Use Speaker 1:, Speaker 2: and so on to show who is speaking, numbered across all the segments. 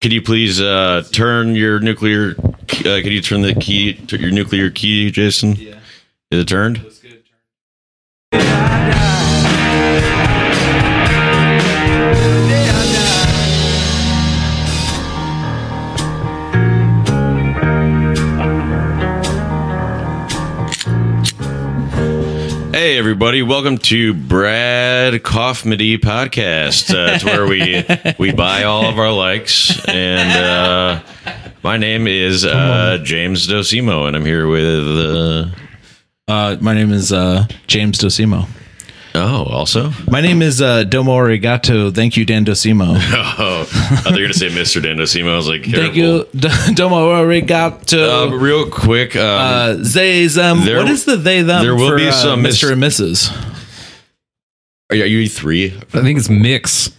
Speaker 1: Could you please uh, turn your nuclear? Uh, could you turn the key to your nuclear key, Jason? Yeah. Is it turned? Hey everybody! Welcome to Brad Kaufmedy podcast. Uh, it's where we we buy all of our likes, and uh, my name is uh, James Dosimo, and I'm here with
Speaker 2: Uh, my name is uh, James Dosimo.
Speaker 1: uh, oh, also
Speaker 2: My name is uh, Domo Arigato. Thank you, Dan Dosimo.
Speaker 1: Oh, I thought you were gonna say Mr. Dan Dosimo. I was like,
Speaker 2: Thank
Speaker 1: careful.
Speaker 2: you, D- Domo
Speaker 1: Um,
Speaker 2: Arigato.
Speaker 1: real quick, um,
Speaker 2: uh, they them.
Speaker 1: there-
Speaker 2: what is the they them?
Speaker 1: there will
Speaker 2: for,
Speaker 1: be
Speaker 2: uh,
Speaker 1: some mis-
Speaker 2: Mr. and Mrs.
Speaker 1: are you- are you three?
Speaker 3: I think it's mix.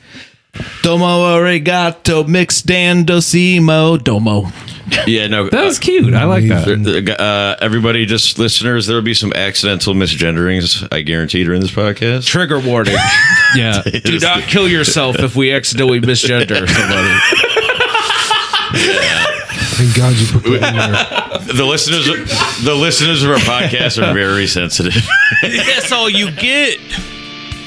Speaker 2: Domo Arigato mix Dan Dosimo Domo.
Speaker 1: Yeah, no.
Speaker 3: That was cute. I like
Speaker 1: There-
Speaker 3: that.
Speaker 1: there- Uh, everybody, just listeners, there will be some accidental misgenderings, I guarantee, during this podcast.
Speaker 2: Trigger warning:
Speaker 3: Yeah.
Speaker 2: Do not kill yourself if we accidentally misgender somebody.
Speaker 4: Thank God you put that in there.
Speaker 1: The listeners, the listeners of our podcast are very sensitive.
Speaker 5: that's all you get.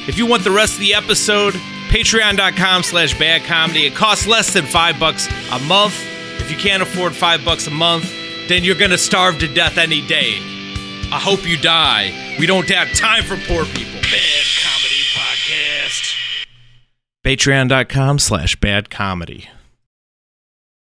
Speaker 5: If you want the rest of the episode, patreon.com slash bad comedy. It costs less than five bucks a month. If you can't afford five bucks a month, then you're gonna starve to death any day. I hope you die. We don't have time for poor people. Bad comedy podcast. Patreon.com slash bad comedy.